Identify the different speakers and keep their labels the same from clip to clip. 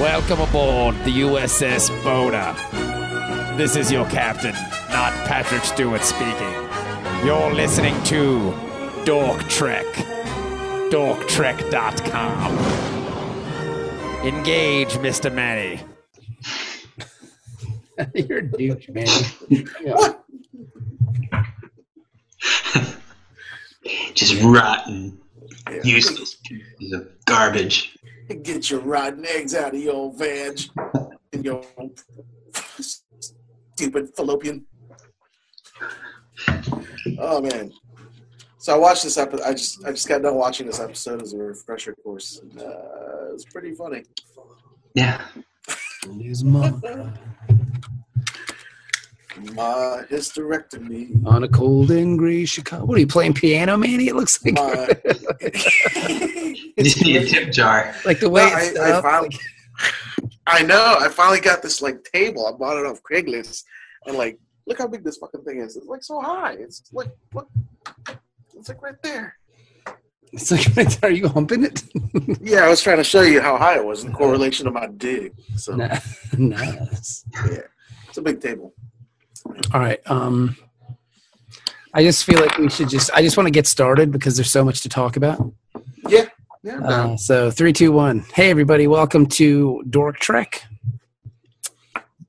Speaker 1: Welcome aboard the USS Boda. This is your captain, not Patrick Stewart speaking. You're listening to Dork Trek. DorkTrek.com. Engage, Mr. Manny.
Speaker 2: You're a douche, man.
Speaker 3: Just rotten, useless pieces of garbage.
Speaker 4: Get your rotten eggs out of your old vag and your old stupid fallopian. Oh man! So I watched this episode. I just I just got done watching this episode as a refresher course. And, uh, it was pretty funny.
Speaker 3: Yeah.
Speaker 2: His mom
Speaker 4: My hysterectomy.
Speaker 2: on a cold, angry Chicago. What are you playing piano, Manny? It looks like
Speaker 4: My
Speaker 3: You just need a tip jar.
Speaker 2: like the
Speaker 4: No,
Speaker 2: way
Speaker 4: I,
Speaker 2: it's
Speaker 4: I
Speaker 2: up.
Speaker 4: finally, I know. I finally got this like table. I bought it off Craigslist, and like, look how big this fucking thing is. It's like so high. It's like, look, it's like right there.
Speaker 2: It's like, are you humping it?
Speaker 4: Yeah, I was trying to show you how high it was in correlation to my dig. So
Speaker 2: Nah, nice.
Speaker 4: it's a big table.
Speaker 2: All right. Um, I just feel like we should just. I just want to get started because there's so much to talk about.
Speaker 4: Yeah, yeah. I'm down.
Speaker 2: Uh, so three, two, one. Hey, everybody! Welcome to Dork Trek.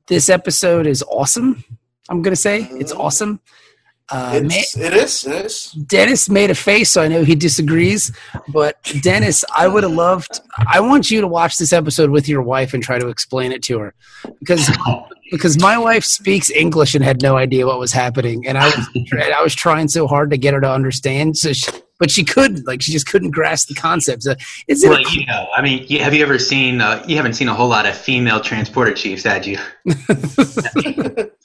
Speaker 2: This episode is awesome. I'm gonna say it's awesome. Uh, Ma-
Speaker 4: it's, it is. It is.
Speaker 2: Dennis made a face, so I know he disagrees. But Dennis, I would have loved. I want you to watch this episode with your wife and try to explain it to her, because because my wife speaks English and had no idea what was happening, and I was and I was trying so hard to get her to understand. So, she, but she could like she just couldn't grasp the concepts. Uh, is it?
Speaker 3: Well, you know, I mean, you, have you ever seen? Uh, you haven't seen a whole lot of female transporter chiefs, had you?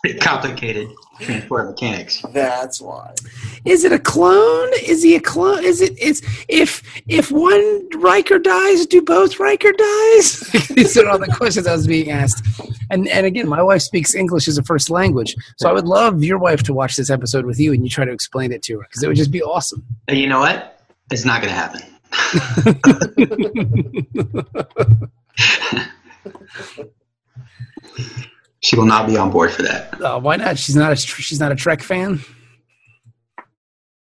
Speaker 3: Pretty complicated transport mechanics.
Speaker 4: That's why.
Speaker 2: Is it a clone? Is he a clone? Is it? Is if if one Riker dies, do both Riker dies? These are all the questions I was being asked. And and again, my wife speaks English as a first language, so I would love your wife to watch this episode with you and you try to explain it to her because it would just be awesome.
Speaker 3: And you know what? It's not going to happen. she will not be on board for that.
Speaker 2: Uh, why not? She's not a tr- she's not a Trek fan.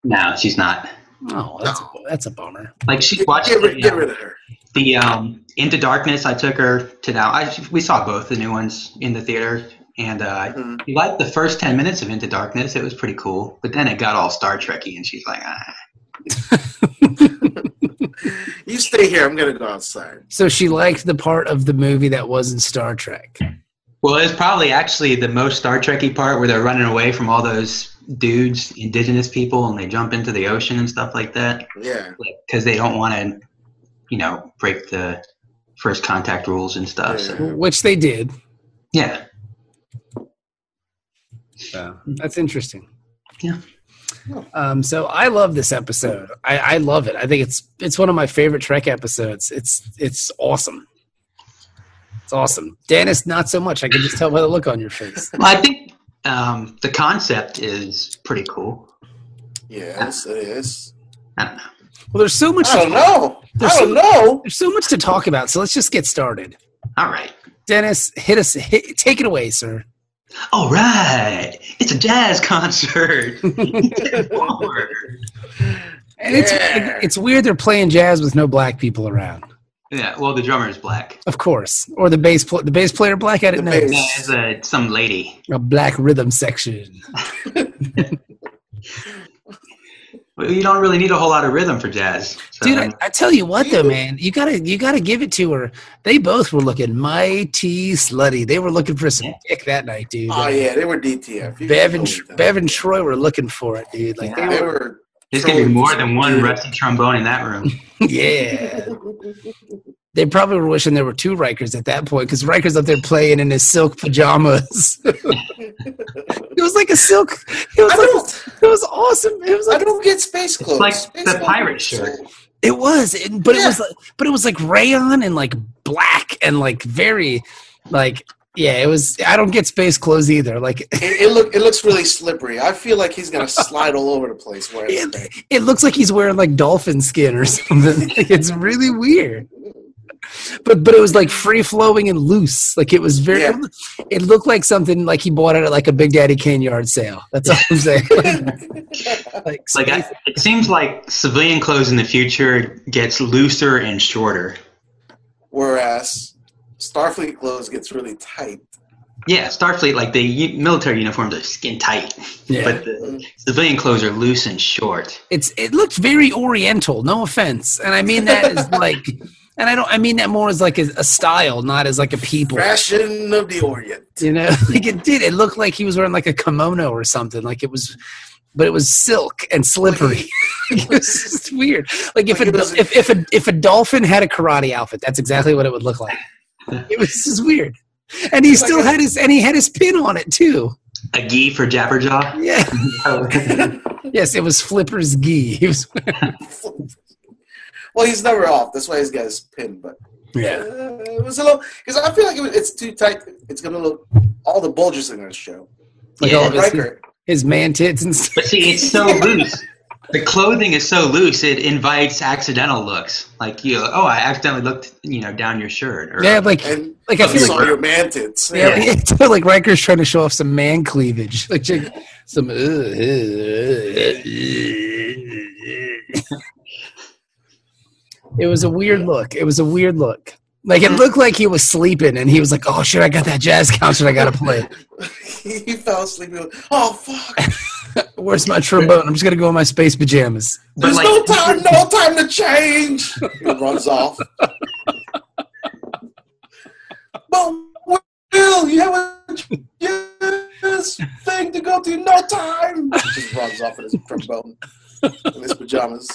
Speaker 3: No, she's not.
Speaker 2: Oh, that's a, that's a bummer.
Speaker 3: Like she
Speaker 4: Get,
Speaker 3: watched
Speaker 4: get rid,
Speaker 3: the,
Speaker 4: get rid of her.
Speaker 3: the, um, Into Darkness. I took her to now. I we saw both the new ones in the theater, and uh,
Speaker 4: Mhm.
Speaker 3: she liked the first ten minutes of Into Darkness. It was pretty cool, but then it got all Star Trekky, and she's like, ah.
Speaker 4: You stay here. I'm gonna go outside.
Speaker 2: So she liked the part of the movie that wasn't Star Trek.
Speaker 3: Well, it's probably actually the most Star Trekky part where they're running away from all those dudes, indigenous people, and they jump into the ocean and stuff like that
Speaker 4: Yeah.
Speaker 3: because they don't want to, you know, break the first contact rules and stuff. So,
Speaker 2: Which they did.
Speaker 3: yeah,
Speaker 2: That's interesting.
Speaker 3: Yeah.
Speaker 2: Um, so I love this episode. I, I love it. I think it's it's one of my favorite Trek episodes. It's it's awesome. It's awesome. Dennis, not so much. I can just tell by the look on your face.
Speaker 3: well, I think um, the concept is pretty cool.
Speaker 4: Yes, it is.
Speaker 3: I don't know.
Speaker 2: Well, there's so much.
Speaker 4: I don't
Speaker 2: To,
Speaker 4: know.
Speaker 2: There's
Speaker 4: I
Speaker 2: some-
Speaker 4: don't know.
Speaker 2: there's so much to talk about. So let's just get started.
Speaker 3: All right,
Speaker 2: Dennis, hit us. Hit, take it away, sir.
Speaker 3: all right, it's a jazz concert. yeah,
Speaker 2: And it's
Speaker 4: Yeah.
Speaker 2: it's weird they're playing jazz with no black people around.
Speaker 3: well, the drummer is black.
Speaker 2: Of course, or the bass pl- the bass player black. I didn't
Speaker 4: The
Speaker 2: know
Speaker 4: bass.
Speaker 3: Yeah, it's uh, some lady.
Speaker 2: a black rhythm section.
Speaker 3: Well, you don't really need a whole lot of rhythm for jazz. So,
Speaker 2: Dude, I, I tell you what though, man, you gotta you gotta give it to her. They both were looking mighty slutty. They were looking for some dick that night, dude.
Speaker 4: Oh yeah, they were DTF. You
Speaker 2: Bev and
Speaker 4: can totally tell.
Speaker 2: Bev and Troy were looking for it, dude. Like
Speaker 4: They were.
Speaker 3: there's gonna be more than one rusty trombone in that room.
Speaker 2: they were, yeah. They probably were wishing there were two Rikers at that point because Riker's up there playing in his silk pajamas. it was like a silk. It was
Speaker 4: I
Speaker 2: like
Speaker 4: don't.
Speaker 2: it was awesome. It was
Speaker 4: I
Speaker 2: like
Speaker 4: don't get space clothes.
Speaker 3: like
Speaker 4: Space
Speaker 3: the
Speaker 4: clothes
Speaker 3: pirate
Speaker 4: are
Speaker 3: shirt.
Speaker 4: so-
Speaker 2: It was, and- but it
Speaker 4: Yeah.
Speaker 2: was like, but it was like rayon and like black and like very, like yeah. It was. I don't get space clothes either. Like
Speaker 4: It, it look. It looks really slippery. I feel like he's gonna slide all over the place. Where it's
Speaker 2: it, it looks like he's wearing like dolphin skin or something. Like, it's really weird. But but but it was like free flowing and loose. Like it was very.
Speaker 4: Yeah.
Speaker 2: It looked like something like he bought it at like a Big Daddy Kane yard sale. That's all I'm saying. like,
Speaker 3: Like I, it seems like civilian clothes in the future gets looser and shorter.
Speaker 4: Whereas Starfleet clothes gets really tight.
Speaker 3: Yeah, Starfleet like the u- military uniforms are skin tight,
Speaker 2: Yeah.
Speaker 3: but the civilian clothes are loose and short.
Speaker 2: it's it looked very oriental no offense and i mean that is like and i don't i mean that more as like a, a style not as like a people
Speaker 4: Fashion of the Orient.
Speaker 2: you know like it did it looked like he was wearing like a kimono or something like it was but it was silk and slippery it was just weird like if
Speaker 4: Like
Speaker 2: a,
Speaker 4: it doesn't-
Speaker 2: if, if a if a dolphin had a karate outfit that's exactly what it would look like it was just weird and he
Speaker 4: like
Speaker 2: still
Speaker 4: a-
Speaker 2: had his and he had his pin on it too
Speaker 3: A gi for Jabberjaw.
Speaker 2: yeah yes it was flipper's gi he was
Speaker 4: well, he's never off. That's why he's got his pin. But
Speaker 2: yeah
Speaker 4: uh, it was a little because I feel like it was, it's too tight. It's gonna look all the bulges are gonna show.
Speaker 2: like
Speaker 3: Yeah,
Speaker 2: all of his,
Speaker 4: Riker.
Speaker 2: his man tits and stuff
Speaker 3: But see, it's so loose. The clothing is so loose; it invites accidental looks. Like you, oh, I accidentally looked, you know, down your shirt. Or, uh,
Speaker 2: Yeah, like
Speaker 4: And
Speaker 2: like I
Speaker 4: you
Speaker 2: feel
Speaker 4: saw
Speaker 2: like
Speaker 4: your mantids.
Speaker 2: yeah, it's like Riker's trying to show off some man cleavage, like just some. Uh, it was a weird look. It was a weird look. Like it looked like he was sleeping, and he was like, "Oh shit, I got that jazz concert I gotta play.
Speaker 4: he fell asleep. He went, oh fuck!
Speaker 2: Where's my trombone? I'm just gonna go in my space pajamas."
Speaker 3: but
Speaker 4: There's
Speaker 3: like,
Speaker 4: no time, no time to change. He runs off. but Will, you have a yes thing to go to in no time. He just runs off in his trombone, in his pajamas.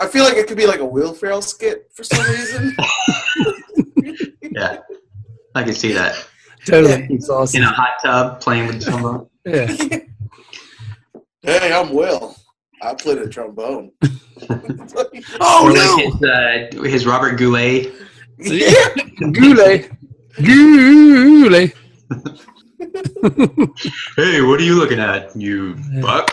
Speaker 4: I feel like it could be like a Will Ferrell skit for some reason.
Speaker 3: yeah, I can see that
Speaker 2: Totally, it's
Speaker 3: in
Speaker 2: awesome.
Speaker 3: a hot tub playing with the trombone.
Speaker 2: Yeah.
Speaker 4: hey, I'm Will. I play the trombone.
Speaker 2: Oh
Speaker 3: or
Speaker 2: no,
Speaker 3: like his, uh, his Robert Goulet.
Speaker 2: Goulet, Goulet.
Speaker 3: Hey, what are you looking at, you buck?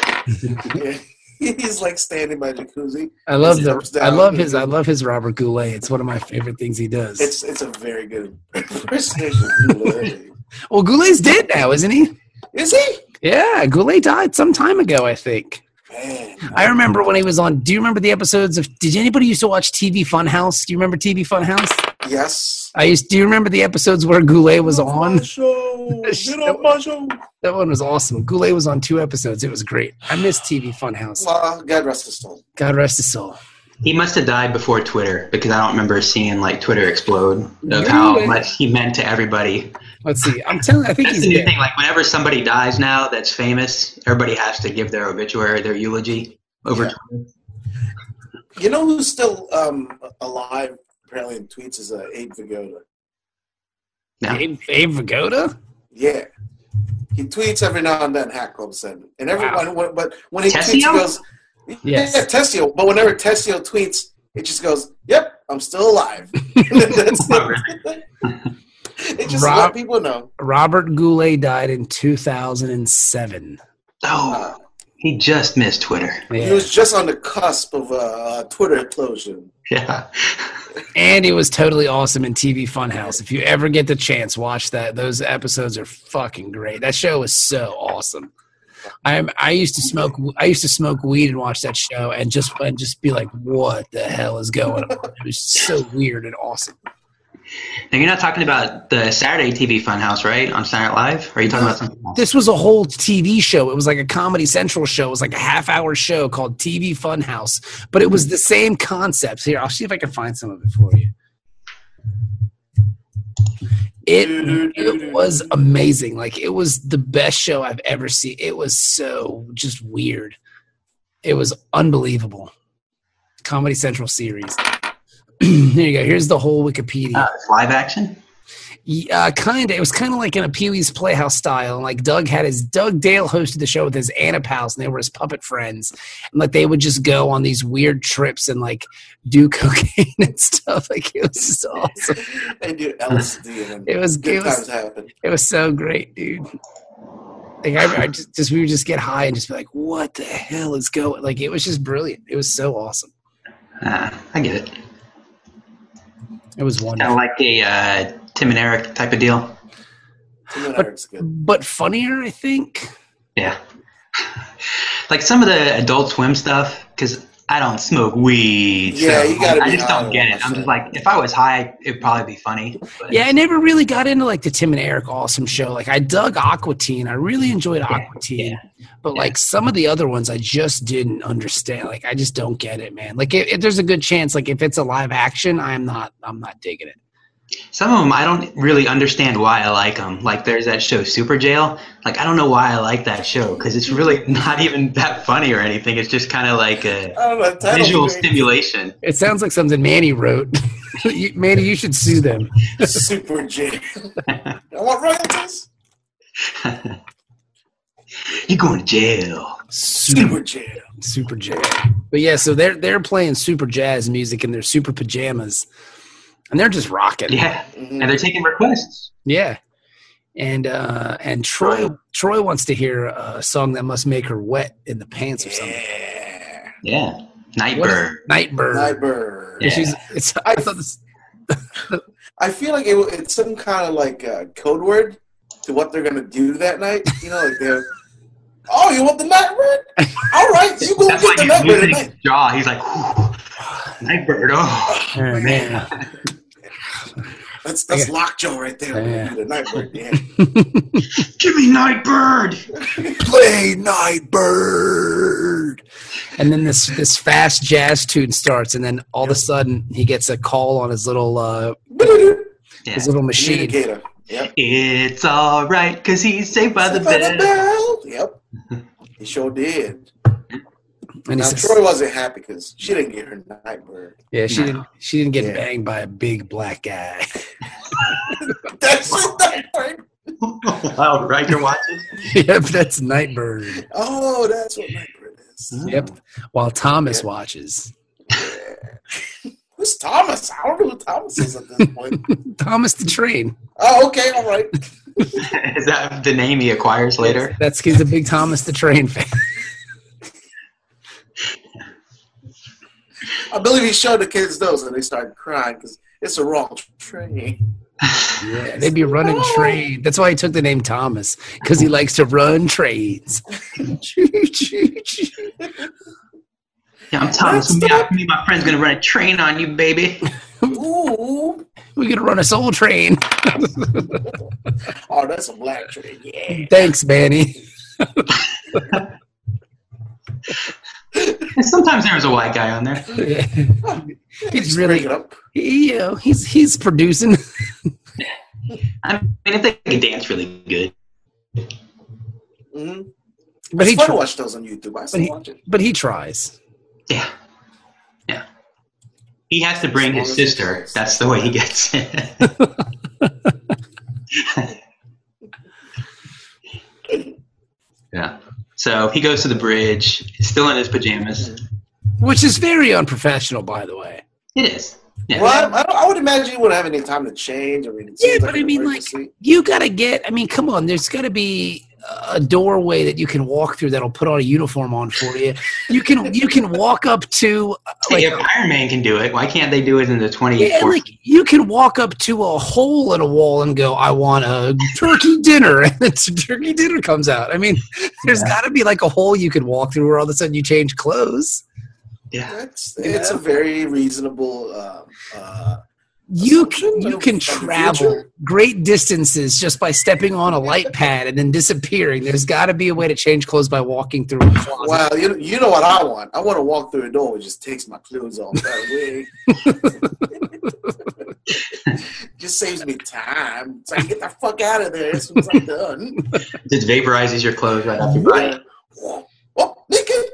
Speaker 4: Yeah. He's like standing by the jacuzzi.
Speaker 2: I love the
Speaker 4: Thumbs down.
Speaker 2: I love his I love his Robert Goulet. It's one of my favorite things he does.
Speaker 4: It's it's a very good impersonation.
Speaker 2: well, Goulet's dead now, isn't he?
Speaker 4: Is he?
Speaker 2: Yeah, Goulet died some time ago, I think.
Speaker 4: Man,
Speaker 2: I remember when he was on. Do you remember the episodes of? Did anybody used to watch TV Funhouse? Do you remember TV Funhouse?
Speaker 4: yes.
Speaker 2: I used. Do you remember the episodes where Goulet was on?
Speaker 4: My show. Get
Speaker 2: That
Speaker 4: off my show.
Speaker 2: That one was awesome. Goulet was on two episodes. It was great. I miss TV Funhouse.
Speaker 4: Well, God rest his soul.
Speaker 2: God rest his soul.
Speaker 3: He must have died before Twitter because I don't remember seeing like Twitter explode of
Speaker 2: Really?
Speaker 3: how much he meant to everybody.
Speaker 2: Let's see. I'm telling. I think
Speaker 3: That's
Speaker 2: he's
Speaker 3: the new
Speaker 2: dead.
Speaker 3: thing. Like whenever somebody dies now that's famous, everybody has to give their obituary, their eulogy over.
Speaker 4: Yeah. You know who's still um, alive? Apparently, in tweets is uh, Abe Vigoda.
Speaker 3: Yeah.
Speaker 2: Abe, Abe Vigoda.
Speaker 4: Yeah, he tweets every now and then. Hack Club said, and everyone. When, but when he tweets, he
Speaker 3: Tessio?
Speaker 4: goes,
Speaker 2: Yes.
Speaker 4: "Yeah, Tessio." But whenever Tessio tweets, it just goes, "Yep, I'm still alive." That's it. it just
Speaker 2: Rob-
Speaker 4: let people know.
Speaker 2: Robert Goulet died in 2007.
Speaker 3: Oh, he just missed Twitter.
Speaker 4: He was just on the cusp of a uh, Twitter explosion.
Speaker 3: Yeah.
Speaker 2: And he was totally awesome in TV Funhouse. If you ever get the chance, watch that. Those episodes are fucking great. That show was so awesome. I'm I used to smoke I used to smoke weed and watch that show and just and just be like, what the hell is going on? It was so weird and awesome.
Speaker 3: Now you're not talking about the Saturday TV Funhouse, right? On Saturday Night Live? Or are you talking about something else?
Speaker 2: This was a whole TV show. It was like a Comedy Central show. It was like a half hour show called TV Funhouse. But it was the same concepts. Here, I'll see if I can find some of it for you. It, it was amazing. Like it was the best show I've ever seen. It was so just weird. It was unbelievable. Comedy Central series. Here you go. Here's the whole Wikipedia.
Speaker 3: Uh, it's live action?
Speaker 2: Yeah, kind of. uh, It was kind of like in a Pee Wee's Playhouse style. And like Doug had his Doug Dale hosted the show with his Anna pals, and they were his puppet friends. And like they would just go on these weird trips and like do cocaine and stuff. Like it was just awesome.
Speaker 4: They do LSD and
Speaker 2: It was
Speaker 4: good
Speaker 2: it
Speaker 4: times
Speaker 2: was,
Speaker 4: happen.
Speaker 2: it was so great, dude. Like I, I just, just we would just get high and just be like, what the hell is
Speaker 3: Uh,
Speaker 2: going? Like it was just brilliant. It was so awesome.
Speaker 3: Ah, I get it.
Speaker 2: It was
Speaker 3: Kind
Speaker 2: wonderful.
Speaker 3: of like a uh, Tim and Eric type of deal.
Speaker 4: Tim and Eric's
Speaker 3: Um,
Speaker 4: good.
Speaker 2: but funnier, I think.
Speaker 3: Yeah. like some of the Adult Swim stuff, because I don't smoke weed.
Speaker 4: Yeah,
Speaker 3: so
Speaker 4: you gotta
Speaker 3: I
Speaker 4: be
Speaker 3: just
Speaker 4: high
Speaker 3: don't get it.
Speaker 4: to watch
Speaker 3: I'm just
Speaker 4: that.
Speaker 3: like, if I was high, it'd probably be funny. But
Speaker 2: Yeah, I never really got into like the Tim and Eric awesome show. Like I dug Aqua Teen. I really enjoyed Aqua Teen. But like some of the other ones I just didn't understand. Like I just don't get it, man. Like if, if there's a good chance, like if it's a live action, I'm not I'm not digging it.
Speaker 3: Some of them, I don't really understand why I like them. Like, there's that show, Super Jail. Like, I don't know why I like that show, because it's really not even that funny or anything. It's just kind of like a
Speaker 4: I don't know, that
Speaker 3: visual
Speaker 4: don't mean
Speaker 3: stimulation.
Speaker 2: It sounds like something Manny wrote. You- Manny, you should sue them.
Speaker 4: Super J. I want royalties.
Speaker 3: You're going to jail.
Speaker 2: Super,
Speaker 4: Super J.
Speaker 2: super jazz. But yeah, so they're they're playing super jazz music in their super pajamas. And they're just rocking.
Speaker 3: Yeah.
Speaker 4: Mhm.
Speaker 3: And they're taking requests.
Speaker 2: Yeah. And uh and Troy Troy wants to hear a song that must make her wet in the pants or something.
Speaker 4: Yeah.
Speaker 3: Yeah.
Speaker 2: What is-
Speaker 3: Nightbird.
Speaker 2: Nightbird.
Speaker 4: Nightbird.
Speaker 2: And She's it's I thought this
Speaker 4: I feel like it, wa- it's some kind of like uh, code word to what they're gonna do that night. You know, like they're. Oh, you want the nightbird? All right, you go
Speaker 3: That's
Speaker 4: get
Speaker 3: like
Speaker 4: the
Speaker 3: he's
Speaker 4: nightbird
Speaker 3: losing
Speaker 4: tonight.
Speaker 3: his jaw. He's like, "Whew, Nightbird. Oh,
Speaker 2: oh, man.
Speaker 4: That's that's
Speaker 2: Yeah.
Speaker 4: lockjaw right there.
Speaker 2: Yeah.
Speaker 4: The nightbird. Yeah.
Speaker 3: give me Nightbird.
Speaker 2: Play Nightbird. And then this this fast jazz tune starts and then all of a sudden he gets a call on his little uh
Speaker 3: Yeah.
Speaker 2: his little machine.
Speaker 4: Communicator. Yep.
Speaker 3: It's all right because he's saved by the
Speaker 4: By the
Speaker 3: bell.
Speaker 4: bell. Yep. He sure did.
Speaker 2: And he
Speaker 4: Now,
Speaker 2: says,
Speaker 4: Troy wasn't happy because she didn't get her nightbird.
Speaker 2: Yeah, she
Speaker 3: No.
Speaker 2: didn't she didn't get
Speaker 4: Yeah.
Speaker 2: banged by a big black guy.
Speaker 4: That's her nightbird.
Speaker 3: wow, Riker watches.
Speaker 2: yep, that's Nightbird.
Speaker 4: Oh, that's what nightbird is.
Speaker 2: Yep. While Thomas
Speaker 4: Yeah.
Speaker 2: watches.
Speaker 4: Who's Thomas? I don't know who Thomas is at this point.
Speaker 2: Thomas the Train.
Speaker 4: oh, okay, all right.
Speaker 3: Is that the name he acquires later?
Speaker 2: That's he's a big Thomas the Train fan.
Speaker 4: I believe he showed the kids those, and they started crying because it's a wrong train.
Speaker 2: Yeah, they'd be running
Speaker 4: Oh.
Speaker 2: train. That's why he took the name Thomas because he likes to run trains.
Speaker 3: Yeah, I'm Thomas. Me, I- me and my friend's gonna run a train on you, baby.
Speaker 4: Ooh.
Speaker 2: We're gonna run a soul train.
Speaker 4: Oh, that's a black train. Yeah.
Speaker 2: Thanks, Manny.
Speaker 3: And sometimes there was a white guy on there.
Speaker 2: Yeah. He's
Speaker 4: Break
Speaker 2: really,
Speaker 4: it up.
Speaker 2: he, you know, he's he's producing.
Speaker 3: I mean, if they could dance really good.
Speaker 4: Mhm.
Speaker 2: But he,
Speaker 4: It's fun to
Speaker 2: tr-
Speaker 4: watch those on YouTube. I still
Speaker 2: he-
Speaker 4: watch it.
Speaker 2: but he tries.
Speaker 3: Yeah. Yeah. He has to bring his sister. That's the way he gets it. yeah. So he goes to the bridge, still in his pajamas.
Speaker 2: Which is very unprofessional, by the way.
Speaker 3: It is. Yeah.
Speaker 4: Well, I, I, don't- I would imagine you wouldn't have any time to change. I mean, it
Speaker 2: Yeah,
Speaker 4: seems
Speaker 2: but
Speaker 4: an
Speaker 2: I mean, like,
Speaker 4: emergency.
Speaker 2: you gotta get. I mean, come on. There's gotta be a doorway that you can walk through that'll put all a uniform on for you. You can you can walk up to uh, like
Speaker 3: if Iron Man can do it, why can't they do it in the 20
Speaker 2: yeah, like you can walk up to a hole in a wall and go, "I want a turkey dinner," and then some turkey dinner comes out. I mean, there's gotta be like a hole you can walk through where all of a sudden you change clothes.
Speaker 3: yeah.
Speaker 4: That's, it's a very reasonable. Um, uh,
Speaker 2: You can
Speaker 4: Assumption
Speaker 2: you
Speaker 4: of-
Speaker 2: can
Speaker 4: of the
Speaker 2: travel
Speaker 4: future.
Speaker 2: great distances just by stepping on a light pad and then disappearing. There's gotta be a way to change clothes by walking through a closet.
Speaker 4: wow, you, you know what I want? I want to walk through a door and just takes my clothes off that way. just saves me time. It's like, get the fuck out of there. As soon as I'm done.
Speaker 3: Just vaporizes your clothes right off your body.
Speaker 4: Yeah. Oh, naked.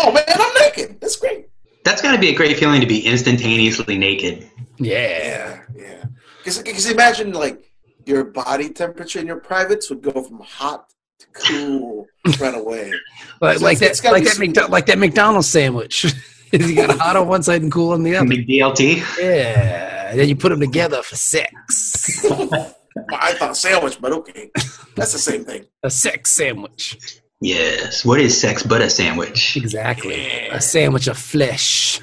Speaker 4: Oh, man, I'm naked. That's great.
Speaker 3: That's got to be a great feeling to be instantaneously naked.
Speaker 2: Yeah.
Speaker 4: Yeah, yeah. Because imagine, like, your body temperature in your privates would go from hot to cool right away.
Speaker 2: Like,
Speaker 4: So
Speaker 2: like
Speaker 4: it's- it's
Speaker 2: that,
Speaker 4: gotta
Speaker 2: like
Speaker 4: be
Speaker 2: that,
Speaker 4: sweet.
Speaker 2: McDo- like that McDonald's sandwich. you got hot on one side and cool on the other.
Speaker 3: Big DLT.
Speaker 2: Yeah. And then you put them together for sex.
Speaker 4: I thought sandwich, but okay. That's the same thing.
Speaker 2: A sex sandwich.
Speaker 3: Yes. What is sex but a sandwich?
Speaker 2: Exactly. A sandwich of flesh.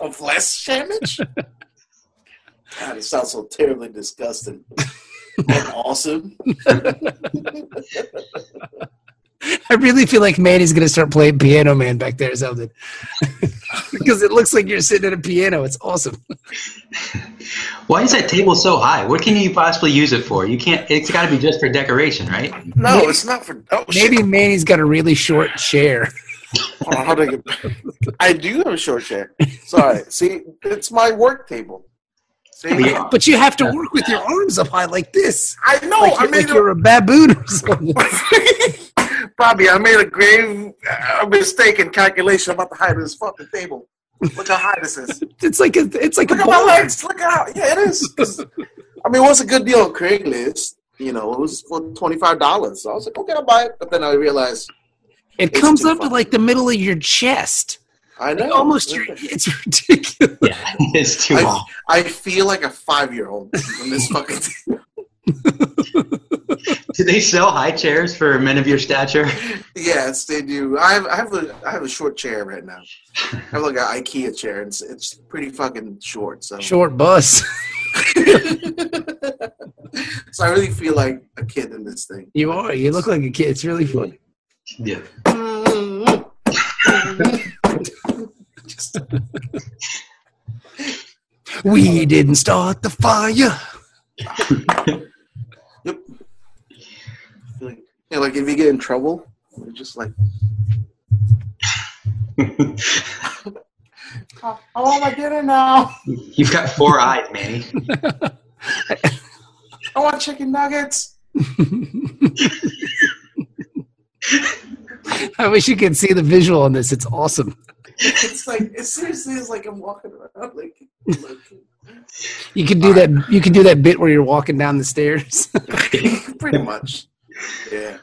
Speaker 4: of less damage? God, it sounds so terribly disgusting and awesome.
Speaker 2: I really feel like Manny's gonna start playing Piano Man back there or something, because it looks like you're sitting at a piano. It's awesome.
Speaker 4: Oh,
Speaker 3: Why is that table so high? What can you possibly use it for? You can't. It's got to be just for decoration, right?
Speaker 4: No,
Speaker 2: Maybe-
Speaker 4: it's not for. Oh, shit.
Speaker 2: Maybe Manny's got a really short chair.
Speaker 4: Hold on, how do I get I do have a short chair. Sorry. See, it's my work table. See?
Speaker 3: Yeah.
Speaker 2: But you have to work with your arms up high like this.
Speaker 4: I know.
Speaker 2: Like,
Speaker 4: Oh, I
Speaker 2: you're,
Speaker 4: made
Speaker 2: like you're a baboon or something.
Speaker 4: a Bobby. I made a grave uh, mistake in calculation about the height of this fucking table. Look how high this is.
Speaker 2: It's like a it's like
Speaker 4: Look
Speaker 2: a
Speaker 4: at my
Speaker 2: bowler.
Speaker 4: legs. Look how. Yeah, it is. 'Cause, I mean, what's a good deal on Craigslist? You know, it was for twenty five dollars. So I was like, okay, I'll buy it. But then I realized,
Speaker 2: It
Speaker 4: It's
Speaker 2: comes
Speaker 4: too
Speaker 2: up to
Speaker 4: far. Oh,
Speaker 2: like the middle of your chest.
Speaker 4: I know
Speaker 2: Almost your it's ridiculous.
Speaker 3: Yeah, it's too
Speaker 4: I,
Speaker 3: long.
Speaker 4: I feel like a five year old on this fucking.
Speaker 3: Do they sell high chairs for men of your stature?
Speaker 4: Yes, they do. I have, I have a I have a short chair right now. I have like an IKEA chair, and it's, it's pretty fucking short. So,
Speaker 2: Short bus.
Speaker 4: so I really feel like a kid in this thing.
Speaker 2: You are. You look like a kid. It's really funny.
Speaker 3: Yeah.
Speaker 4: Oh,
Speaker 2: We didn't start the fire.
Speaker 4: Yep. Like, yeah, like if you get in trouble, you're just like, oh, I want my dinner now.
Speaker 3: You've got four eyes, Manny.
Speaker 4: I want chicken nuggets.
Speaker 2: I wish you could see the visual on this. It's awesome.
Speaker 4: It's like it seriously is like I'm walking around like. like
Speaker 2: You could do that. You could do that bit where you're walking down the stairs.
Speaker 4: pretty much. Yeah.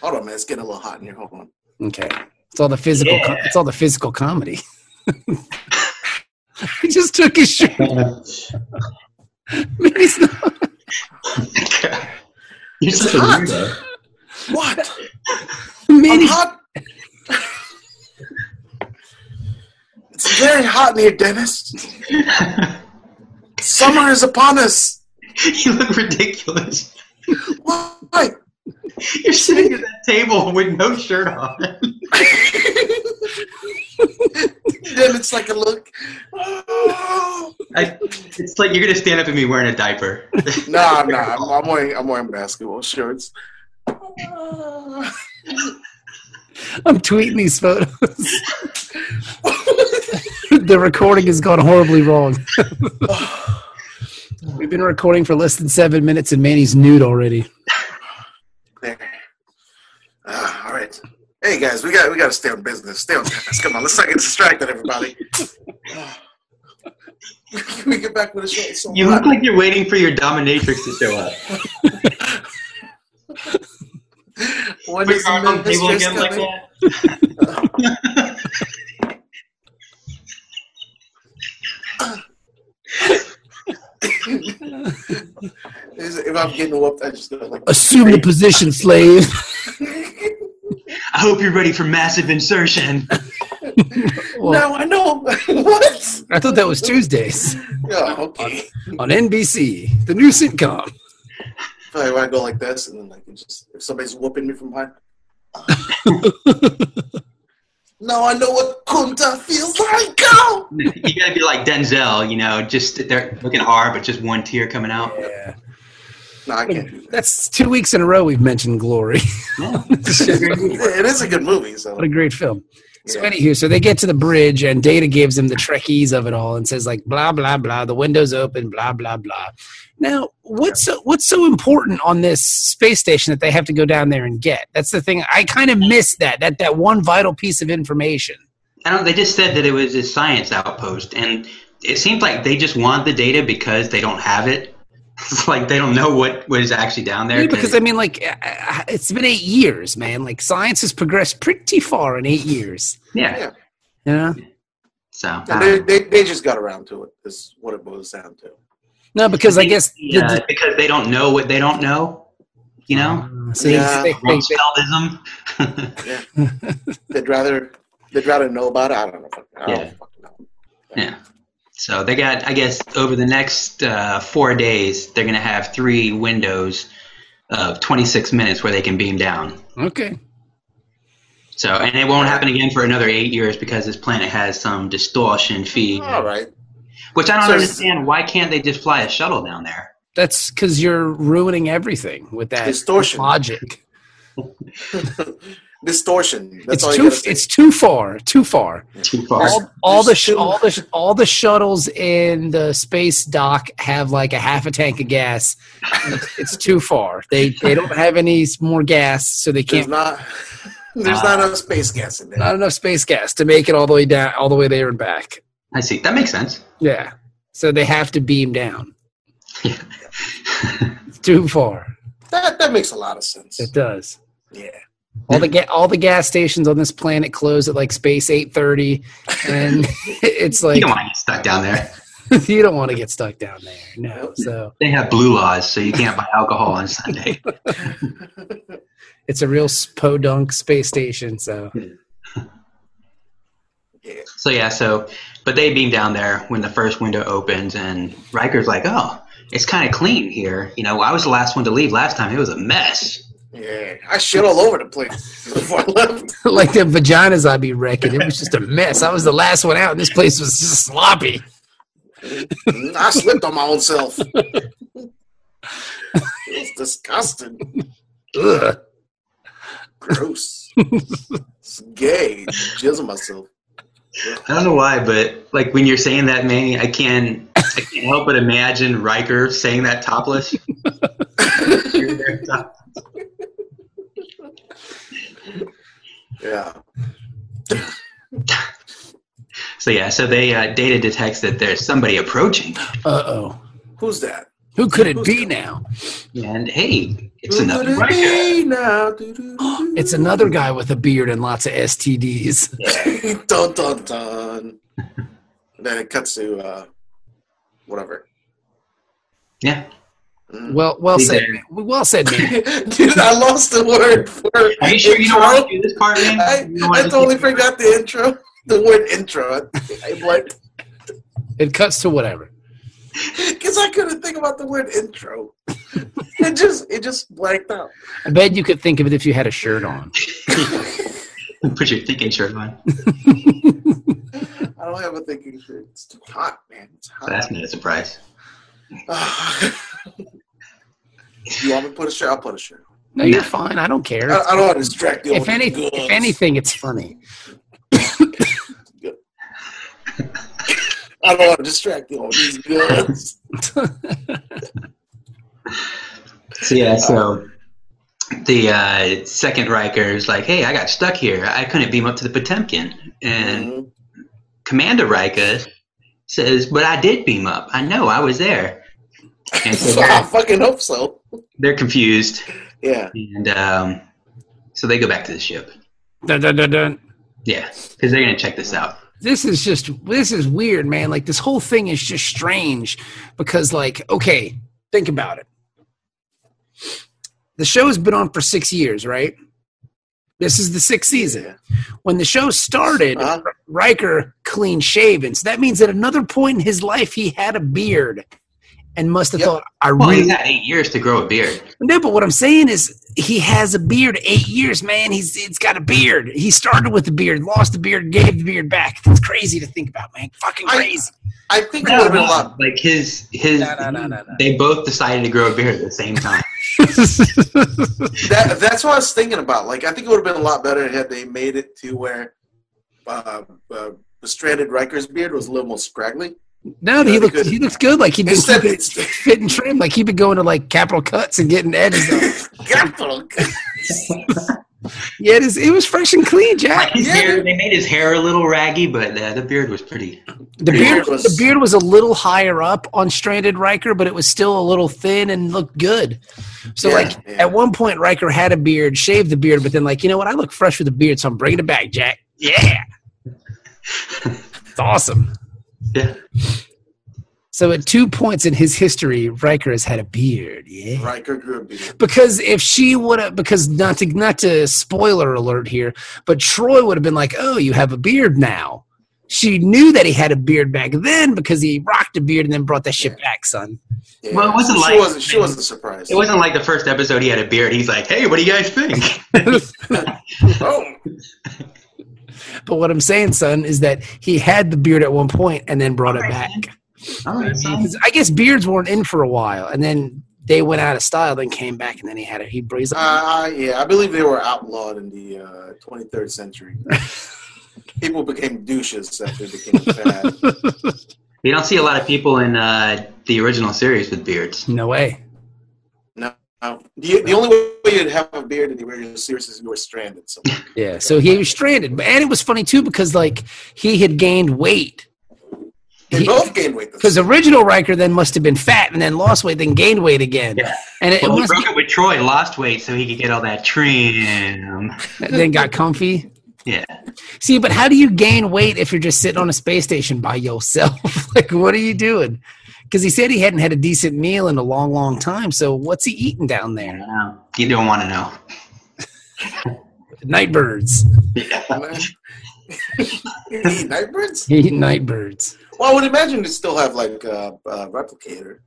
Speaker 4: Hold on, man. It's getting a little hot in here. Hold on.
Speaker 2: okay. It's all the physical. co- It's all the physical comedy. he just took his shirt. He's not-
Speaker 3: You're such a weirdo.
Speaker 4: What?
Speaker 2: Manny-
Speaker 4: I'm hot. it's very hot in here, Dennis. Summer is upon us.
Speaker 3: you look ridiculous.
Speaker 4: Why?
Speaker 3: You're sitting at that table with no shirt on.
Speaker 4: then it's like a look. Oh.
Speaker 3: I, it's like you're gonna stand up at me wearing a diaper.
Speaker 4: Nah, nah. I'm, I'm wearing I'm wearing basketball shorts.
Speaker 2: I'm tweeting these photos. the recording has gone horribly wrong. We've been recording for less than seven minutes, and Manny's nude already.
Speaker 4: There. Ah, all right. Hey guys, we got we got to stay on business. Stay on business. Come on, let's not get distracted, everybody. Can we get back with a show? It's so
Speaker 3: You
Speaker 4: hot.
Speaker 3: look like you're waiting for your dominatrix to show up.
Speaker 4: When
Speaker 3: Put
Speaker 4: is
Speaker 3: your arm on the table
Speaker 4: mistress
Speaker 3: again like uh,
Speaker 4: coming?
Speaker 3: that.
Speaker 4: Is- If I'm getting whooped, I just go like.
Speaker 2: Assume the position, slave.
Speaker 3: I hope you're ready for massive insertion.
Speaker 2: Well,
Speaker 4: I know. what?
Speaker 2: I thought that was Tuesdays
Speaker 4: Yeah, okay.
Speaker 2: on NBC, the new sitcom.
Speaker 4: I feel like when I go like this, and then like it just if somebody's whooping me from behind. now I know what kunta feels like. Go.
Speaker 3: you gotta be like Denzel, you know, just sit there looking hard, but just one tear coming out.
Speaker 2: Yeah,
Speaker 4: No, I can't do that.
Speaker 2: that's two weeks in a row we've mentioned Glory.
Speaker 4: It is a good movie, so
Speaker 2: What a great film. So
Speaker 4: Yeah.
Speaker 2: anywho, so they get to the bridge and Data gives him the trekkies of it all and says like blah blah blah, the window's open, blah blah blah. Now, what's so, what's so important on this space station that they have to go down there and get? That's the thing. I kind of missed that that that one vital piece of information.
Speaker 3: I don't. They just said that it was a science outpost, and it seems like they just want the data because they don't have it. It's like they don't know what what is actually down there.
Speaker 2: Yeah, because I mean, like I- I- it's been eight years, man. Like science has progressed pretty far in eight years.
Speaker 3: yeah.
Speaker 4: Yeah.
Speaker 2: Yeah.
Speaker 3: So I
Speaker 4: And
Speaker 3: don't
Speaker 4: they,
Speaker 3: know.
Speaker 4: they they just got around to it. Is what it boils down to.
Speaker 2: No, because I guess the-
Speaker 3: yeah, because they don't know what they don't know. You know,
Speaker 2: the- so they-
Speaker 4: Yeah.
Speaker 2: they- they- they-
Speaker 3: Rumsfeldism.
Speaker 4: They'd rather they'd rather know about it. I don't know. I don't
Speaker 3: Yeah.
Speaker 4: fucking know.
Speaker 3: Yeah. So they got, I guess, over the next uh, four days, they're going to have three windows of 26 minutes where they can beam down.
Speaker 2: Okay.
Speaker 3: So, and it won't happen again for another eight years because this planet has some distortion feed,
Speaker 4: All right.
Speaker 3: which I don't
Speaker 4: So-
Speaker 3: understand. Why can't they just fly a shuttle down there?
Speaker 2: That's because you're ruining everything with that
Speaker 4: Distortion.
Speaker 2: logic.
Speaker 4: Distortion. That's all
Speaker 2: it's
Speaker 4: you
Speaker 2: too.
Speaker 4: gotta say.
Speaker 2: It's too far. Too far.
Speaker 3: Too far.
Speaker 2: All, all the
Speaker 4: there's
Speaker 2: sh-
Speaker 4: too-
Speaker 2: all the sh- all the shuttles in the space dock have like a half a tank of gas. it's too far. They they don't have any more gas, so they
Speaker 4: There's
Speaker 2: can't.
Speaker 4: not. There's
Speaker 3: Ah.
Speaker 4: not enough space gas in there.
Speaker 2: Not enough space gas to make it all the way down, all the way there and back.
Speaker 3: I see. That makes sense.
Speaker 2: Yeah, so they have to beam down.
Speaker 3: Yeah.
Speaker 2: It's too far.
Speaker 4: that that makes a lot of sense.
Speaker 2: It does.
Speaker 4: Yeah.
Speaker 2: All the ga- all the gas stations on this planet close at like space eight thirty, and it's like
Speaker 3: you don't want to get stuck down there.
Speaker 2: you don't want to get stuck down there. No, so
Speaker 3: They have blue laws, so you can't buy alcohol on Sunday.
Speaker 2: it's a real podunk space station. So
Speaker 4: Yeah.
Speaker 3: So yeah, so but they beam down there when the first window opens, and Riker's like, "Oh, it's kind of clean here." You know, I was the last one to leave last time. It was a mess.
Speaker 4: Yeah. I shit all over the place before I left.
Speaker 2: like the vaginas I'd be wrecking, it was just a mess. I was the last one out, and this place was just sloppy.
Speaker 4: I slipped on my own self. it was disgusting.
Speaker 2: Ugh.
Speaker 4: Gross. it's gay. Jizzing myself.
Speaker 3: I don't know why, but like when you're saying that, Manny, I can I can't help but imagine Riker saying that topless.
Speaker 4: Yeah.
Speaker 3: so yeah, so they uh, data detects that there's somebody approaching,
Speaker 2: Uh oh,
Speaker 4: Who's that?
Speaker 2: who could it be now?
Speaker 3: and hey, it's
Speaker 4: Who
Speaker 3: another
Speaker 4: could it
Speaker 3: Riker.
Speaker 4: be now? Doo-doo-doo.
Speaker 2: It's another guy with a beard and lots of STDs.
Speaker 4: dun dun dun. then it cuts to uh, whatever.
Speaker 3: Yeah,
Speaker 2: Well, well
Speaker 3: Be
Speaker 2: said.
Speaker 3: there.
Speaker 2: man. Well said, man.
Speaker 4: Dude, I lost the word for.
Speaker 3: are you sure you don't want to do this part, man?
Speaker 4: I,
Speaker 3: You don't wanna
Speaker 4: I
Speaker 3: do-
Speaker 4: totally forgot the intro. The word intro. I blanked
Speaker 2: It cuts to whatever.
Speaker 4: because I couldn't think about the word intro. It just it just blanked out.
Speaker 2: I bet you could think of it if you had a shirt on.
Speaker 3: Put your thinking shirt on.
Speaker 4: I don't have a thinking shit. It's too hot, man. It's hot. Ah.
Speaker 3: That's not a surprise.
Speaker 4: you want me to put a shirt? I'll put a shirt.
Speaker 2: No, you're fine. I don't care.
Speaker 4: I, I don't want to distract you.
Speaker 2: if any, if anything, it's funny.
Speaker 4: I don't want to distract you. All these goods.
Speaker 3: So yeah, so Uh, the uh, second Riker is like, "Hey, I got stuck here. I couldn't beam up to the Potemkin." And
Speaker 4: Mhm.
Speaker 3: Commander Riker says, "But I did beam up. I know I was there." And so
Speaker 4: I
Speaker 3: they're,
Speaker 4: fucking hope so.
Speaker 3: they're confused,
Speaker 4: Yeah.
Speaker 3: and um, so they go back to the ship.
Speaker 2: Dun, dun, dun, dun.
Speaker 3: Yeah, because they're gonna check this out.
Speaker 2: this is just this is weird man like this whole thing is just strange because like okay think about it the show's been on for six years right this is the sixth season when the show started
Speaker 4: Uh-huh.
Speaker 2: riker clean shaven so that means at another point in his life he had a beard and must have
Speaker 4: Yep.
Speaker 2: thought i
Speaker 3: Well,
Speaker 2: really
Speaker 3: he's had eight years to grow a beard.
Speaker 2: no, but what I'm saying is he has a beard. Eight years, man. He's it's got a beard. He started with the beard, lost the beard, gave the beard back. That's crazy to think about, man. Fucking
Speaker 4: I-
Speaker 2: crazy.
Speaker 4: I think it would have been a lot.
Speaker 3: like his his.
Speaker 2: No, no, no, no, no.
Speaker 3: They both decided to grow a beard at the same time.
Speaker 4: That, that's what I was thinking about. Like, I think it would have been a lot better had they made it to where uh, uh, the stranded Riker's beard was a little more scraggly.
Speaker 2: no, he
Speaker 4: that'd be
Speaker 2: looked
Speaker 4: good.
Speaker 2: he looked good. Like he'd been
Speaker 4: Instead,
Speaker 2: keeping,
Speaker 4: it's
Speaker 2: fit and trim. Like he'd been going to like capital cuts and getting edges. done.
Speaker 4: capital.
Speaker 2: yeah, it, is, it was fresh and clean, Jack.
Speaker 3: His
Speaker 4: Yeah.
Speaker 3: hair, they made his hair a little raggy, but uh, the beard was pretty.
Speaker 2: The beard
Speaker 4: beard
Speaker 2: was,
Speaker 4: was-
Speaker 2: the beard was a little higher up on Stranded Riker, but it was still a little thin and looked good. So
Speaker 4: Yeah,
Speaker 2: like
Speaker 4: yeah.
Speaker 2: at one point Riker had a beard, shaved the beard, but then like you know what? I look fresh with a beard, so I'm bringing it back, Jack. Yeah, it's awesome.
Speaker 3: Yeah.
Speaker 2: So at two points in his history, Riker has had a beard. Yeah.
Speaker 4: Riker grew a beard.
Speaker 2: Because if she would have, because not to not to spoiler alert here, but Troy would have been like, "Oh, you have a beard now." she knew that he had a beard back then because he rocked a beard and then brought that shit back, son.
Speaker 4: Yeah.
Speaker 3: Well, it wasn't
Speaker 4: she
Speaker 3: like-
Speaker 4: wasn't, she wasn't surprised.
Speaker 3: It wasn't like the first episode he had a beard. He's like, hey, what do you guys think?
Speaker 4: Boom.
Speaker 2: But what I'm saying, son, is that he had the beard at one point and then brought it back.
Speaker 3: All
Speaker 2: Oh,
Speaker 3: right, son.
Speaker 2: 'Cause I guess beards weren't in for a while, and then they went out of style, then came back, and then he had it. He he's like,
Speaker 4: Uh, yeah, I believe they were outlawed in the uh, 23rd century. People became douches after they became fat.
Speaker 3: You don't see a lot of people in uh, the original series with beards.
Speaker 2: no way.
Speaker 4: Um, the, the only way you'd have a beard in the original series is you were stranded. So
Speaker 2: Yeah. So he was stranded, and it was funny too because like he had gained weight.
Speaker 4: they
Speaker 2: He-
Speaker 4: both gained weight.
Speaker 2: because original Riker then must have been fat and then lost weight, then gained weight again.
Speaker 3: Yeah.
Speaker 2: And it, it
Speaker 3: Well, he
Speaker 2: must
Speaker 3: broke it with Troy, lost weight so he could get all that trim.
Speaker 2: then got comfy.
Speaker 3: Yeah.
Speaker 2: See, but how do you gain weight if you're just sitting on a space station by yourself? like, what are you doing? Because he said he hadn't had a decent meal in a long, long time. So what's he eating down there?
Speaker 3: Um, You don't want to know.
Speaker 2: Nightbirds.
Speaker 4: man. you need nightbirds?
Speaker 2: He eat nightbirds.
Speaker 4: Well, I would imagine they still have like a uh, uh, replicator.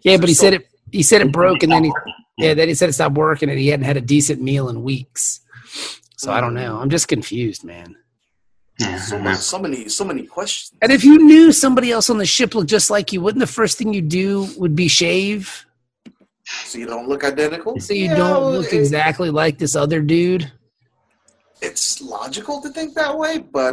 Speaker 2: Yeah, but he said it. He said it broke, and then he yeah, then he said it stopped working, and he hadn't had a decent meal in weeks. So I don't
Speaker 4: Mm.
Speaker 2: know. I'm just confused, man.
Speaker 3: Yeah, I
Speaker 4: So,
Speaker 3: don't know.
Speaker 4: much, so many, so many questions.
Speaker 2: And if you knew somebody else on the ship looked just like you, wouldn't the first thing you do would be shave
Speaker 4: So you don't look identical.
Speaker 2: so you
Speaker 4: Yeah,
Speaker 2: don't
Speaker 4: well,
Speaker 2: look
Speaker 4: it-
Speaker 2: exactly like this other dude?
Speaker 4: It's logical to think that way, but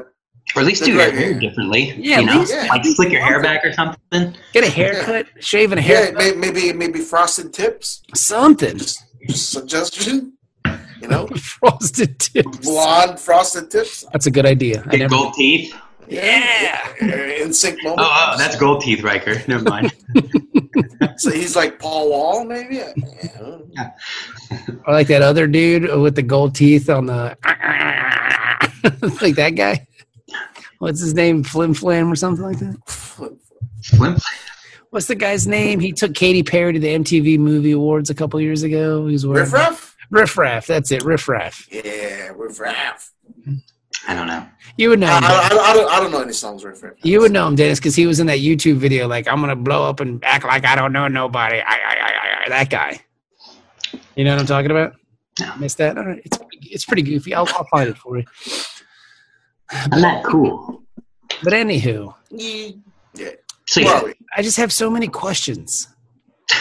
Speaker 3: Or at least do your hair differently.
Speaker 2: Yeah,
Speaker 3: you
Speaker 2: at
Speaker 3: know,
Speaker 2: least-
Speaker 4: yeah.
Speaker 3: like slick your hair back or something.
Speaker 2: Get a haircut, shave and a
Speaker 4: yeah,
Speaker 2: haircut,
Speaker 4: may, maybe maybe frosted tips
Speaker 2: something.
Speaker 4: suggestion. You know,
Speaker 2: Frosted tips.
Speaker 4: blonde frosted tips.
Speaker 2: That's a good idea. I
Speaker 3: Get
Speaker 2: never,
Speaker 3: gold teeth.
Speaker 2: yeah.
Speaker 4: In sync moment.
Speaker 3: Oh, oh, that's gold teeth, Riker. Never mind.
Speaker 4: so he's like Paul Wall, maybe. I I don't know.
Speaker 2: Or like that other dude with the gold teeth on the like that guy. What's his name? Flim Flam or something like that?
Speaker 3: Flim-
Speaker 2: What's the guy's name? He took Katy Perry to the MTV Movie Awards a couple years ago. He was wearing
Speaker 4: Riff Raff?
Speaker 2: Riff Raff. That's it, Riff Raff.
Speaker 4: Yeah, Riff Raff.
Speaker 3: I don't know.
Speaker 2: You would know.
Speaker 4: I,
Speaker 2: him.
Speaker 4: I, I, don't, I don't know any songs Riff Raff.
Speaker 2: You would know him, Dennis, because he was in that YouTube video. Like, I'm gonna blow up and act like I don't know nobody. I, I, I, I, that guy. You know what I'm talking about?
Speaker 3: No.
Speaker 2: Missed that? All right, it's pretty- it's pretty goofy. I'll, I'll find it for you.
Speaker 3: I'm not cool.
Speaker 2: But anywho,
Speaker 4: Yeah.
Speaker 3: So
Speaker 4: Where
Speaker 3: yeah,
Speaker 4: are we?
Speaker 2: I just have so many questions
Speaker 4: So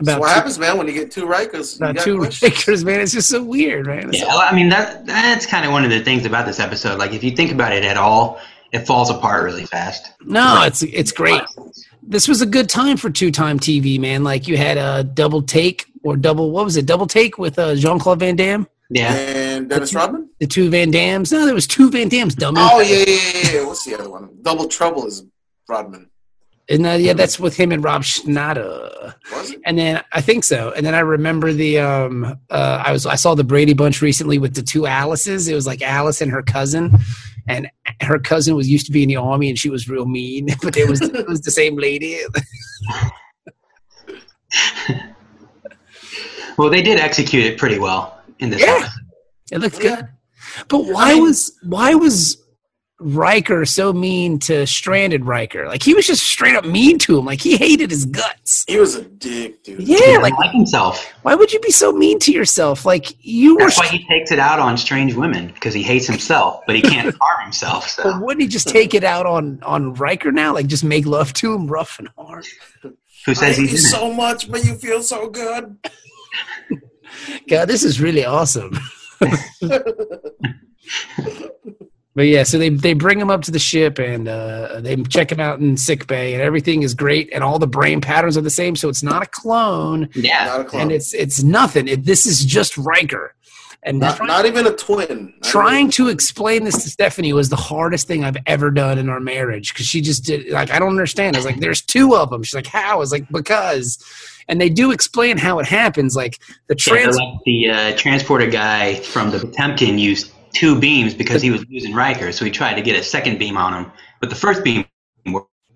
Speaker 2: about
Speaker 4: what
Speaker 2: two,
Speaker 4: happens, man, when you get two Rikers? You
Speaker 2: about
Speaker 4: got
Speaker 2: two
Speaker 4: questions.
Speaker 2: Rikers, man. It's just so weird, man. It's
Speaker 3: yeah. well, I mean that that's kind of one of the things about this episode. Like if you think about it at all, it falls apart really fast.
Speaker 2: No, it's it's great. This was a good time for two time TV, man. Like you had a double take or double what was it? Double take with uh, Jean Claude Van Damme,
Speaker 3: Yeah.
Speaker 4: And Dennis Rodman?
Speaker 2: the two Van Dams. No, there was two Van Dams, dummy.
Speaker 4: Oh, yeah, yeah, yeah, yeah. What's the other one? Double Trouble is Rodman.
Speaker 2: And uh, yeah, that's with him and Rob Schneider.
Speaker 4: Was it?
Speaker 2: And then I think so. And then I remember the um uh I was I saw the Brady Bunch recently with the two Alices. It was like Alice and her cousin. And her cousin was used to be in the army and she was real mean, but it was it was the same lady.
Speaker 3: Well, they did execute it pretty well in this.
Speaker 2: Yeah.
Speaker 3: episode.
Speaker 2: It looked
Speaker 4: Yeah.
Speaker 2: good. But why was why was Riker so mean to stranded Riker? Like he was just straight up mean to him. Like he hated his guts.
Speaker 4: He was a dick, dude.
Speaker 2: Yeah, like
Speaker 3: like himself.
Speaker 2: why would you be so mean to yourself? Like you were
Speaker 3: That's why he takes it out on strange women because he hates himself, but he can't harm himself.
Speaker 2: But
Speaker 3: So
Speaker 2: wouldn't he just take it out on on Riker now? Like just make love to him, rough and hard.
Speaker 3: who
Speaker 4: I
Speaker 3: says
Speaker 4: hate you
Speaker 3: he's in it?
Speaker 4: so much, but you feel so good.
Speaker 2: God, this is really awesome. but yeah, so they they bring him up to the ship and uh, they check him out in sick bay, and everything is great, and all the brain patterns are the same, so it's not a clone,
Speaker 3: Yeah.
Speaker 4: Not a clone.
Speaker 2: and it's it's nothing. It, this is just Riker, and
Speaker 4: not,
Speaker 2: try-
Speaker 4: not even a twin. Not
Speaker 2: trying
Speaker 4: even-
Speaker 2: to explain this to Stephanie was the hardest thing I've ever done in our marriage because she just did like I don't understand. I was like, "There's two of them." She's like, "How?" I was like, "Because," and they do explain how it happens. Like the
Speaker 3: Yeah, they're
Speaker 2: trans,
Speaker 3: like the uh, transporter guy from the Potemkin used two beams because he was losing Riker, so he tried to get a second beam on him, but the first beam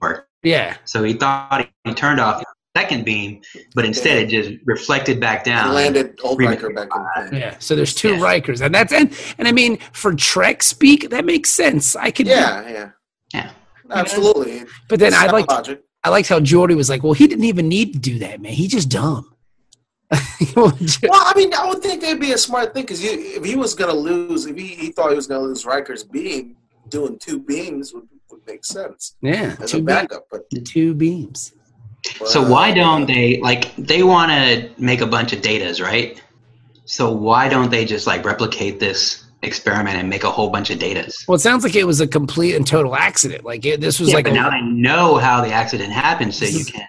Speaker 3: worked.
Speaker 2: yeah,
Speaker 3: So he thought he turned off second beam, but instead it just reflected back down.
Speaker 4: landed old
Speaker 3: Remake.
Speaker 4: Riker back in the
Speaker 2: Yeah. So there's two
Speaker 3: Yeah.
Speaker 2: Rikers, and that's and and I mean for Trek speak, that makes sense. I could.
Speaker 4: Yeah, yeah.
Speaker 3: Yeah.
Speaker 4: Absolutely.
Speaker 2: But then I
Speaker 4: Sound
Speaker 2: liked
Speaker 4: logic.
Speaker 2: I liked how Jordy was like, well, he didn't even need to do that, man. He just dumb. Well, ju-
Speaker 4: Well, I mean, I would think that'd be a smart thing because if he was gonna lose, if he, he thought he was gonna lose Riker's beam, doing two beams would, would make sense
Speaker 2: yeah.
Speaker 4: as
Speaker 2: Two,
Speaker 4: a
Speaker 2: be-
Speaker 4: backup. But
Speaker 2: two beams.
Speaker 3: So why don't they like they want to make a bunch of datas, right? So why don't they just like replicate this experiment and make a whole bunch of datas?
Speaker 2: Well, it sounds like it was a complete and total accident. Like it, this was
Speaker 3: Yeah,
Speaker 2: like
Speaker 3: but
Speaker 2: a-
Speaker 3: now they know how the accident happened, so you
Speaker 2: This-
Speaker 3: can,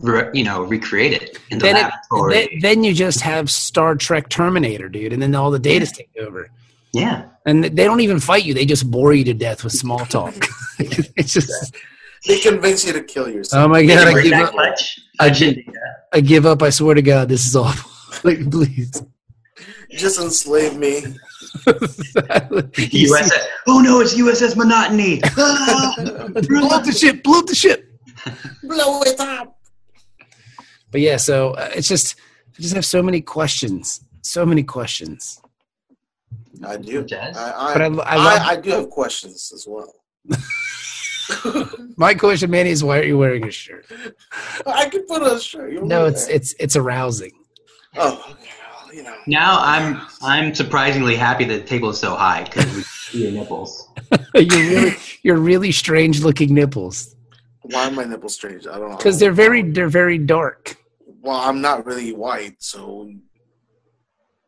Speaker 3: re- you know, recreate it in the
Speaker 2: then, it,
Speaker 3: laboratory.
Speaker 2: then, then you just have Star Trek Terminator, dude, and then all the data's take over.
Speaker 3: yeah,
Speaker 2: And they don't even fight you; they just bore you to death with small talk. it's just,
Speaker 4: they convince you to kill yourself?
Speaker 2: oh my god, I
Speaker 3: Right
Speaker 2: give
Speaker 3: back
Speaker 2: up!
Speaker 3: clutch.
Speaker 2: I
Speaker 3: Clutch
Speaker 2: give-
Speaker 3: it.
Speaker 2: I give up! I swear to God, this is awful. like, please,
Speaker 4: Just enslave me.
Speaker 2: You see-
Speaker 3: USS. Oh no, it's USS Monotony. Ah!
Speaker 2: blow up the ship! Blow up the ship!
Speaker 4: Blow it up.
Speaker 2: But yeah, so uh, it's just I just have so many questions, so many questions.
Speaker 4: I do.
Speaker 3: Jazz?
Speaker 4: I, I,
Speaker 2: But I, I
Speaker 4: I,
Speaker 2: love
Speaker 4: I do have questions as well.
Speaker 2: my question, Manny, is why are you wearing a shirt?
Speaker 4: I could put a shirt. you
Speaker 2: No,
Speaker 4: want
Speaker 2: it's
Speaker 4: that?
Speaker 2: it's it's arousing.
Speaker 4: Oh, okay. Well, you know.
Speaker 3: now I'm I'm surprisingly happy that the table is so high because we can see your nipples.
Speaker 2: you're really you're really strange looking nipples
Speaker 4: Why are my nipples strange? I don't know.
Speaker 2: because they're very they're very dark.
Speaker 4: Well, I'm not really white, so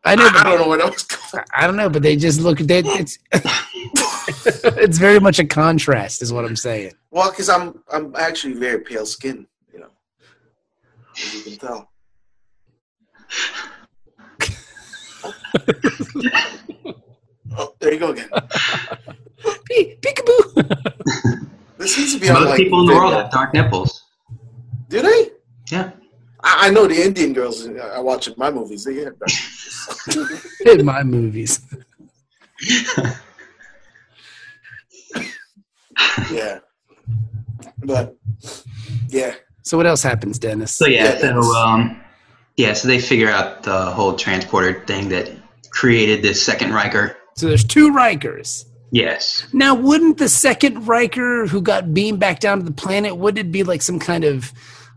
Speaker 2: I know,
Speaker 4: I,
Speaker 2: but
Speaker 4: don't know what else. going
Speaker 2: I don't know, but they just look. They, it's it's very much a contrast, is what I'm saying.
Speaker 4: Well, because I'm I'm actually very pale skinned, you know, as you can tell. oh, there you go again.
Speaker 2: Peek- Peekaboo.
Speaker 4: This needs to be on
Speaker 3: Most
Speaker 4: like.
Speaker 3: people in the world
Speaker 4: video.
Speaker 3: have dark nipples.
Speaker 4: Do they?
Speaker 3: Yeah.
Speaker 4: I, I know the Indian girls I I watch in my movies. They have dark.
Speaker 2: In my movies,
Speaker 4: yeah, but yeah,
Speaker 2: so what else happens, Dennis?
Speaker 3: So yeah,
Speaker 4: Yeah,
Speaker 3: so
Speaker 4: that's-
Speaker 3: um, yeah, so they figure out the whole transporter thing that created this second Riker.
Speaker 2: So there's two Rikers.
Speaker 3: Yes.
Speaker 2: Now, wouldn't the second Riker who got beamed back down to the planet, would it be like some kind of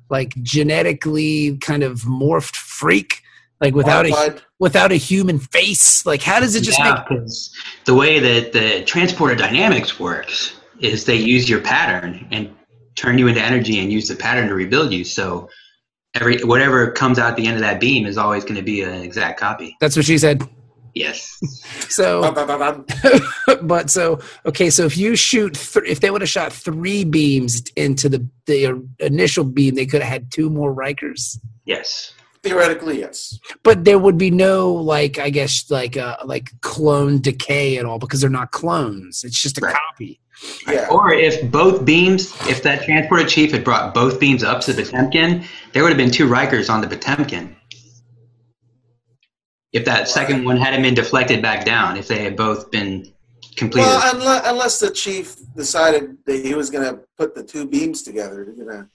Speaker 2: like genetically kind of morphed freak, like without a
Speaker 4: Modified.
Speaker 2: without a human face? Like, how does it just
Speaker 3: Yeah,
Speaker 2: make
Speaker 3: 'cause the way that the transporter dynamics works is they use your pattern and turn you into energy and use the pattern to rebuild you. So every whatever comes out the end of that beam is always going to be an exact copy.
Speaker 2: That's what she said.
Speaker 3: Yes.
Speaker 2: So,
Speaker 4: Ba-ba-ba-bam.
Speaker 2: but so okay. So if you shoot, th- if they would have shot three beams into the the initial beam, they could have had two more Rikers.
Speaker 3: Yes.
Speaker 4: Theoretically, yes.
Speaker 2: But there would be no like, I guess like uh, like clone decay at all because they're not clones. It's just a
Speaker 3: Right.
Speaker 2: copy.
Speaker 4: Yeah.
Speaker 3: Or if both beams, if that transporter chief had brought both beams up to the Potemkin, there would have been two Rikers on the Potemkin. If that second one hadn't been deflected back down, if they had both been completed.
Speaker 4: Well, unless, unless the chief decided that he was going to put the two beams together, going to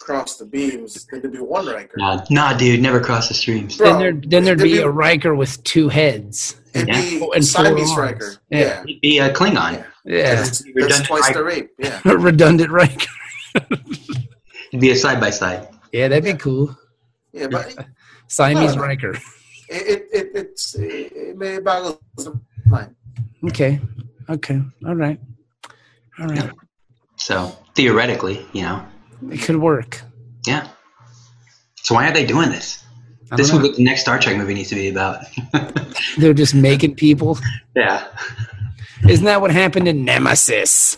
Speaker 4: cross the beams, then it'd be one Riker.
Speaker 3: Nah, nah, dude, never cross the streams.
Speaker 4: Bro,
Speaker 2: then there then there'd
Speaker 4: it'd
Speaker 2: be a Riker with two heads.
Speaker 4: it'd
Speaker 3: Yeah.
Speaker 4: be
Speaker 2: Oh, and four
Speaker 4: Siamese
Speaker 2: arms.
Speaker 4: Riker.
Speaker 2: Yeah.
Speaker 4: Yeah.
Speaker 3: He'd be a Klingon.
Speaker 2: Yeah,
Speaker 4: That's,
Speaker 3: You're
Speaker 4: that's
Speaker 3: done
Speaker 4: twice
Speaker 3: Riker.
Speaker 4: the rate. Yeah.
Speaker 2: redundant Riker.
Speaker 3: He'd be a side by side.
Speaker 2: Yeah, that'd be cool.
Speaker 4: Yeah, but it,
Speaker 2: Siamese
Speaker 4: Oh.
Speaker 2: Riker.
Speaker 4: it, it, it's, it, it may boggles the mind.
Speaker 2: Okay, okay, all right, all right.
Speaker 3: Yeah. So theoretically, you know,
Speaker 2: It could work.
Speaker 3: yeah. So why are they doing this?
Speaker 2: I
Speaker 3: This
Speaker 2: don't
Speaker 3: is
Speaker 2: know.
Speaker 3: what the next Star Trek movie needs to be about.
Speaker 2: They're just making people.
Speaker 3: yeah.
Speaker 2: Isn't that what happened in Nemesis?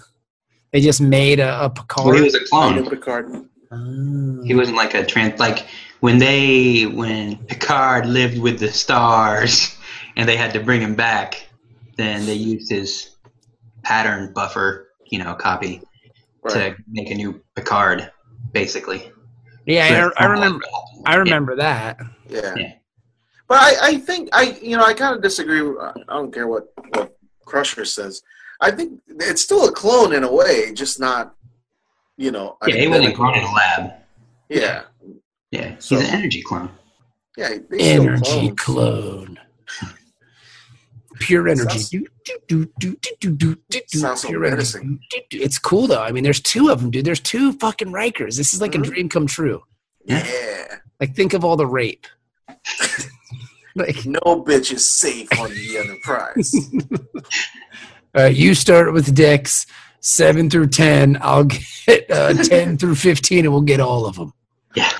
Speaker 2: They just made a, a
Speaker 3: Well, he
Speaker 2: Picard.
Speaker 3: was a
Speaker 4: I
Speaker 3: clone.
Speaker 4: knew Picard.
Speaker 2: Oh.
Speaker 3: He wasn't like a trans. Like when they, when Picard lived with the stars, and they had to bring him back, then they used his pattern buffer, you know, copy to
Speaker 4: Right.
Speaker 3: make a new Picard, basically.
Speaker 2: yeah, I, I remember. I remember that.
Speaker 4: Yeah.
Speaker 3: Yeah.
Speaker 4: But I, I think I you know I kind of disagree. with- I don't care what what Crusher says. I think it's still a clone in a way, just not you know.
Speaker 3: Yeah, he wasn't grown in a lab.
Speaker 4: Yeah,
Speaker 3: Yeah, he's
Speaker 4: So-
Speaker 3: an energy clone.
Speaker 4: Yeah, he- he's still
Speaker 2: Energy
Speaker 4: clones.
Speaker 2: clone. Pure energy.
Speaker 4: Sounds-
Speaker 2: Do, do, do, do, do, do, do, do, do.
Speaker 4: Sounds so
Speaker 2: Pure energy.
Speaker 4: menacing.
Speaker 2: Do, do. It's cool though. I mean, there's two of them, dude. There's two fucking Rikers. This is like
Speaker 4: Mhm.
Speaker 2: a dream come true.
Speaker 3: Yeah.
Speaker 4: Yeah.
Speaker 2: Like, think of all the rape. like,
Speaker 4: No bitch is safe on the Enterprise.
Speaker 2: all right, you start with dicks seven through ten. I'll get uh, ten through fifteen, and we'll get all of them.
Speaker 3: Yeah.